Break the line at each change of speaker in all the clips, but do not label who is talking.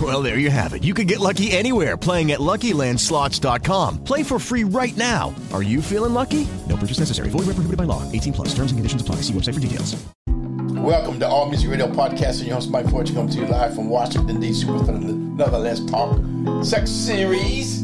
Well, there you have it. You can get lucky anywhere playing at LuckyLandSlots.com. Play for free right now. Are you feeling lucky? No purchase necessary. Void where prohibited by law. 18 plus. Terms and conditions apply. See website for details.
Welcome to All Music Radio Podcast. And your host, Mike Fortune, coming to you live from Washington, D.C. with another Let's Talk Sex Series.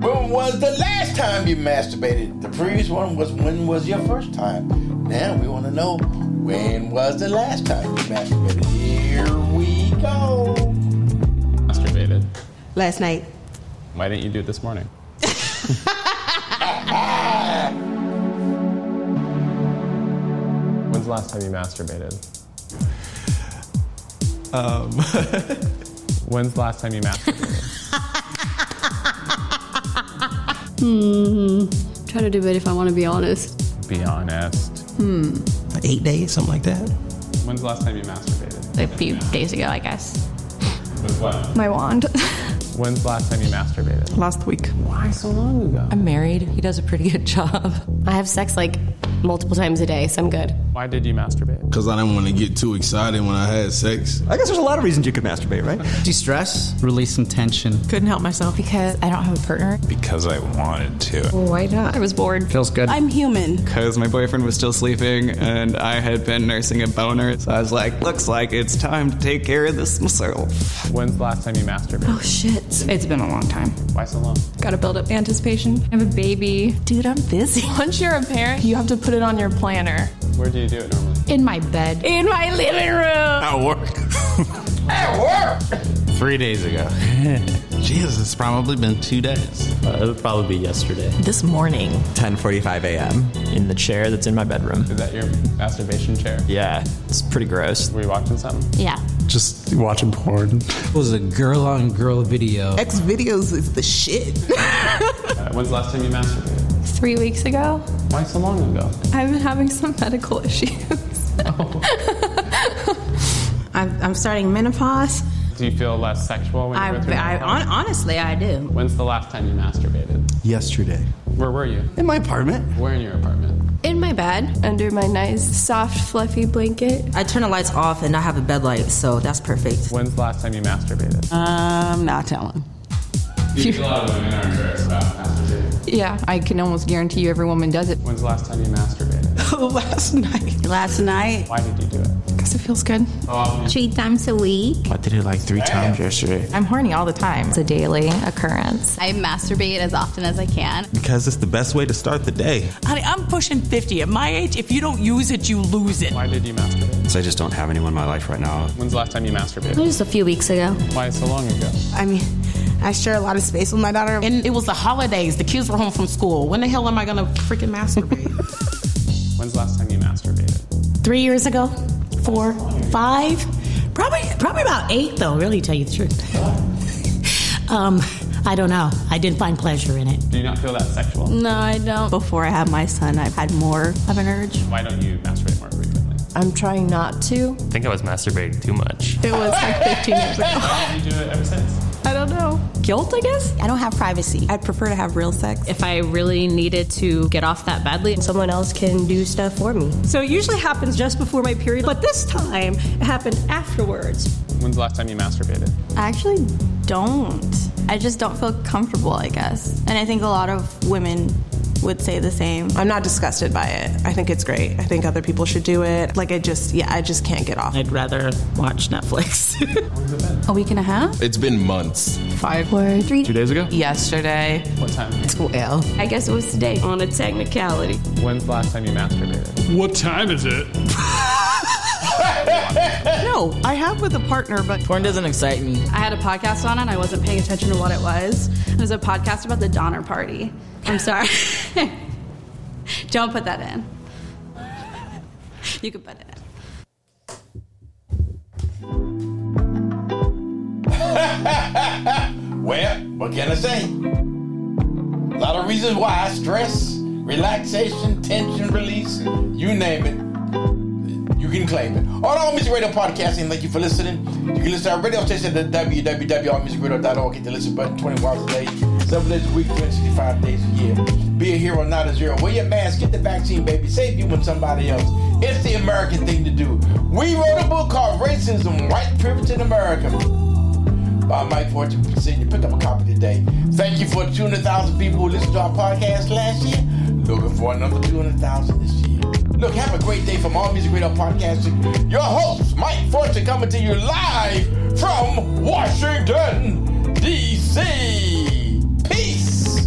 When was the last time you masturbated? The previous one was when was your first time? Now we want to know when was the last time you masturbated? Here we go.
masturbated.
Last night.
Why didn't you do it this morning? When's the last time you masturbated? Um. When's the last time you masturbated?
Hmm. Try to do it if I want to be honest.
Be honest.
Hmm.
Eight days, something like that.
When's the last time you masturbated?
A few days ago, I guess.
With what?
My wand.
When's the last time you masturbated?
Last week.
Why so long ago?
I'm married. He does a pretty good job. I have sex like multiple times a day, so I'm good.
Why did you masturbate?
Because I didn't want to get too excited when I had sex.
I guess there's a lot of reasons you could masturbate, right? De stress, release some tension.
Couldn't help myself.
Because I don't have a partner.
Because I wanted to.
Why not?
I was bored.
Feels good.
I'm human.
Because my boyfriend was still sleeping and I had been nursing a boner. So I was like, looks like it's time to take care of this myself.
When's the last time you masturbated?
Oh shit. It's been a long time.
Why so long?
Gotta build up anticipation. I have a baby. Dude, I'm busy. Once you're a parent, you have to put it on your planner.
Where do you do it normally?
In my bed. In my living room.
At work.
At work.
Three days ago. Jesus, it's probably been two days.
Uh, it would probably be yesterday.
This morning.
10:45 a.m. in the chair that's in my bedroom.
Is that your masturbation chair?
Yeah, it's pretty gross.
Were you watching something?
Yeah.
Just watching porn.
It was a girl on girl video.
X videos is the shit.
Uh, when's the last time you masturbated?
Three weeks ago,
Why so long ago?
I've been having some medical issues.
I'm, I'm starting menopause.
Do you feel less sexual when you
I,
go through
I,
menopause?
hon- honestly, I do.
When's the last time you masturbated?
Yesterday.
Where were you?
In my apartment.
Where in your apartment?
In my bed. Under my nice, soft, fluffy blanket.
I turn the lights off and I have a bed light, so that's perfect.
When's the last time you masturbated?
Uh,
Um, not telling.
a lot of women are embarrassed about masturbating.
Yeah, I can almost guarantee you every woman does it.
When's the last time you masturbated?
Last night. Last night.
Why did you do it?
Because it feels good.
Three times a week.
I did it like three times yesterday.
I'm horny all the time. It's a daily occurrence.
I masturbate as often as I can.
Because it's the best way to start the day.
Honey, I'm pushing 50. At my age, if you don't use it, you lose it.
Why did you masturbate?
So I just don't have anyone in my life right now.
When's the last time you masturbated?
Just a few weeks ago.
Why so long ago?
I mean, I share a lot of space with my daughter.
And it was the holidays. The kids were home from school. When the hell am I going to freaking masturbate?
When's the last time you masturbated?
Three years ago? Four? Five? Probably, probably about eight, though, really, to tell you the truth. um, I don't know. I didn't find pleasure in it.
Do you not feel that sexual?
No, I don't.
Before I had my son, I've had more of an urge.
Why don't you masturbate more frequently?
I'm trying not to.
I think I was masturbating too much.
It was like 15 years ago.
Why did you do it ever since?
I don't know.
Guilt, I guess?
I don't have privacy. I'd prefer to have real sex.
If I really needed to get off that badly, someone else can do stuff for me. So it usually happens just before my period, but this time it happened afterwards.
When's the last time you masturbated?
I actually don't. I just don't feel comfortable, I guess. And I think a lot of women would say the same.
I'm not disgusted by it. I think it's great. I think other people should do it. Like, I just, yeah, I just can't get off.
I'd rather watch Netflix.
A week and a half?
It's been months.
Five.
Or three?
days ago?
Yesterday.
What time?
Well.
I guess it was today on a technicality.
When's the last time you masturbated?
What time is it?
No, I have with a partner, but
Porn doesn't excite me.
I had a podcast on and I wasn't paying attention to what it was. It was a podcast about the Donner Party. I'm sorry. don't put that in. You could put it in.
Well, what can I say? A lot of reasons why stress, relaxation, tension release, you name it. You can claim it. On All Music Radio Podcasting, thank you for listening. You can listen to our radio station at www.allmusicradio.org. Hit the listen button 24 hours a day, 7 days a week, 365 days a year. Be a hero, not a zero. Wear your mask, get the vaccine, baby. Save you and somebody else. It's the American thing to do. We wrote a book called Racism, White Privilege in America by Mike Fortune Senior. Pick up a copy today. Thank you for 200,000 people who listened to our podcast last year. Looking for another 200,000 this year. Look, have a great day from All Music Radio Podcasting. Your host, Mike Fortune, coming to you live from Washington, D.C. Peace,